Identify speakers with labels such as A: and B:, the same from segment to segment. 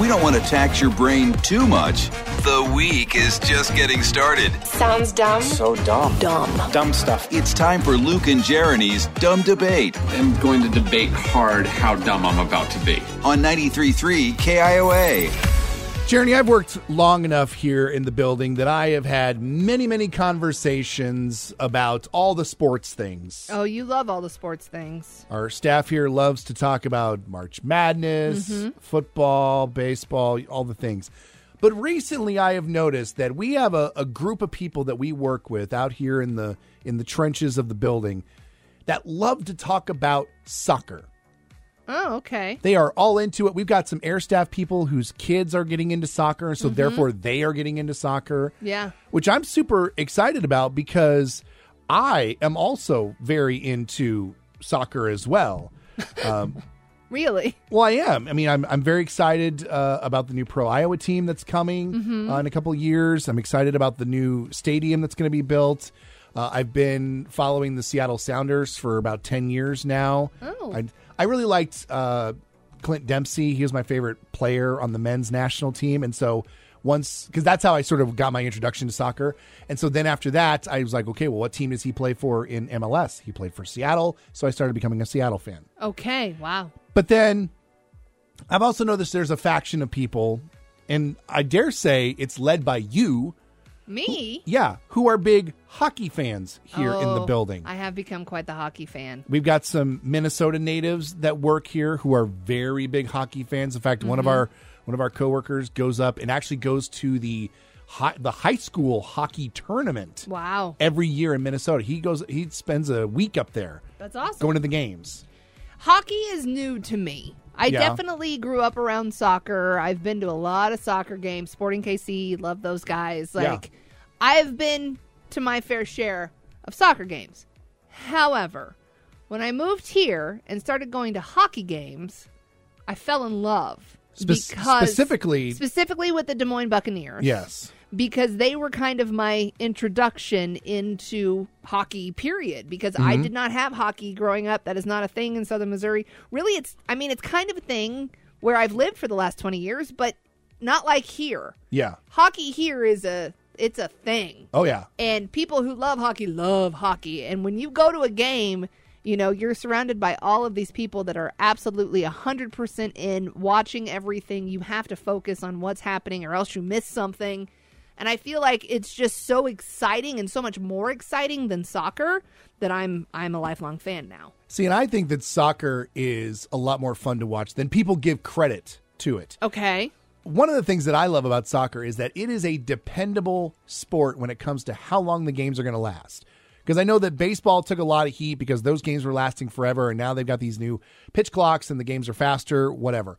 A: We don't want to tax your brain too much. The week is just getting started.
B: Sounds dumb.
C: So dumb.
B: Dumb.
C: Dumb stuff.
A: It's time for Luke and Jeremy's Dumb Debate
D: I'm going to debate hard how dumb I'm about to be.
A: on 93.3 KIOA.
E: Jeremy, I've worked long enough here in the building that I have had many, many conversations about all the sports things.
F: Oh, you love all the sports things.
E: Our staff here loves to talk about March Madness, football, baseball, all the things. But recently I have noticed that we have a, a group of people that we work with out here in the in the trenches of the building that love to talk about soccer.
F: Oh, okay.
E: They are all into it. We've got some air staff people whose kids are getting into soccer, so therefore they are getting into soccer.
F: Mm-hmm. Yeah.
E: Which I'm super excited about because I am also very into soccer as well.
F: Really?
E: Well, I am. I mean, I'm I'm very excited uh, about the new Pro Iowa team that's coming uh, in a couple of years. I'm excited about the new stadium that's going to be built. Uh, I've been following the Seattle Sounders for about ten years now.
F: Oh.
E: I I really liked uh, Clint Dempsey. He was my favorite player on the men's national team, and so once because that's how I sort of got my introduction to soccer. And so then after that, I was like, okay, well, what team does he play for in MLS? He played for Seattle, so I started becoming a Seattle fan.
F: Okay. Wow.
E: But then I've also noticed there's a faction of people, and I dare say it's led by you,
F: Me?
E: yeah, who are big hockey fans here in the
F: Oh,
E: building.
F: I have become quite the hockey fan.
E: We've got some Minnesota natives that work here who are very big hockey fans. In fact,
F: Mm-hmm.
E: one of our one of our coworkers goes up and actually goes to the high, the high school hockey tournament
F: Wow.
E: every year in Minnesota. He goes he spends a week up there
F: That's awesome.
E: going to the games.
F: hockey is new to me. I
E: Yeah.
F: definitely grew up around soccer. I've been to a lot of soccer games. Sporting KC, love those guys.
E: Yeah.
F: Like I've been to my fair share of soccer games. However, when I moved here and started going to hockey games, I fell in love.
E: Spec-
F: because
E: specifically-
F: specifically with the Des Moines Buccaneers
E: Yes.
F: because they were kind of my introduction into hockey period because i did not have hockey growing up that is not a thing in southern missouri really it's i mean it's kind of a thing where i've lived for the last 20 years but not like here
E: Yeah.
F: hockey here is a it's a thing
E: Oh yeah.
F: and people who love hockey love hockey and when you go to a game you know you're surrounded by all of these people that are absolutely 100% in watching everything you have to focus on what's happening or else you miss something and i feel like it's just so exciting and so much more exciting than soccer that i'm i'm a lifelong fan now
E: See, and I think that soccer is a lot more fun to watch than people give credit to it.
F: okay
E: One of the things that I love about soccer is that it is a dependable sport when it comes to how long the games are going to last. Because I know that baseball took a lot of heat because those games were lasting forever, and now they've got these new pitch clocks and the games are faster, whatever.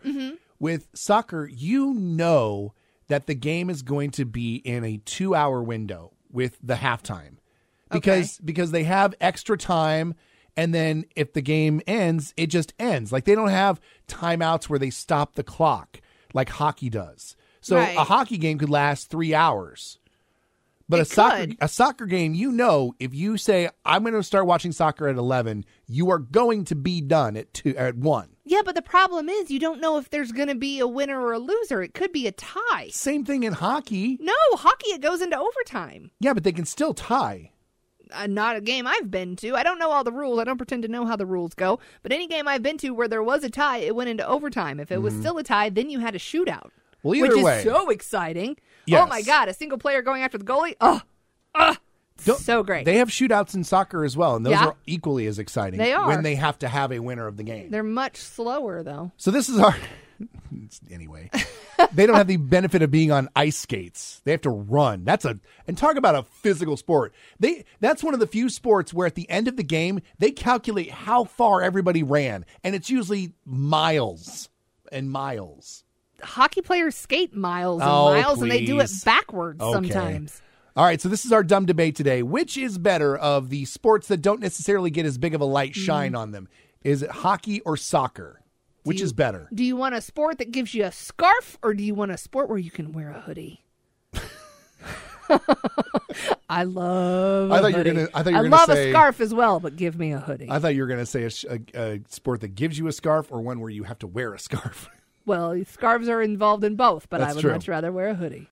E: With soccer, you know that the game is going to be in a two hour window with the halftime because because they have extra time and then if the game ends it just ends like they don't have timeouts where they stop the clock like hockey does so
F: Right.
E: a hockey game could last 3 hours but a
F: It
E: soccer
F: could.
E: a soccer game you know if you say I'm going to start watching soccer at 11 you are going to be done at 2 at 1
F: yeah but the problem is you don't know if there's going to be a winner or a loser it could be a tie
E: same thing in hockey
F: no hockey it goes into overtime
E: yeah but they can still tie
F: uh, not a game I've been to. I don't know all the rules. I don't pretend to know how the rules go. But any game I've been to where there was a tie, it went into overtime. If it was still a tie, then you had a shootout.
E: Mm-hmm. Well, either
F: which
E: way.
F: is so exciting. Oh
E: Yes.
F: my god, a single player going after the goalie. Oh,
E: Don't-
F: so great.
E: They have shootouts in soccer as well, and those
F: Yeah.
E: are equally as exciting.
F: They are.
E: when they have to have a winner of the game.
F: They're much slower though.
E: So this is our anyway. they don't have the benefit of being on ice skates. They have to run. That's a and talk about a physical sport. They that's one of the few sports where at the end of the game they calculate how far everybody ran, and it's usually miles and miles.
F: Hockey players skate miles and
E: Oh,
F: miles, and they do it
E: please.
F: backwards
E: Okay.
F: sometimes.
E: All right, so this is our dumb debate today. Which is better of the sports that don't necessarily get as big of a light
F: Mm-hmm.
E: shine on them? Is it hockey or soccer? Which is better?
F: Do you want a sport that gives you a scarf, or do you want a sport where you can wear a hoodie? I love.
E: I
F: a
E: thought you were
F: hoodie.
E: gonna- I thought you were gonna
F: love
E: say-
F: a scarf as well, but give me a hoodie.
E: I thought you were going to say a, sh- a, a sport that gives you a scarf or one where you have to wear a scarf.
F: Well, scarves are involved in both, but I
E: That's
F: would
E: true.
F: much rather wear a hoodie.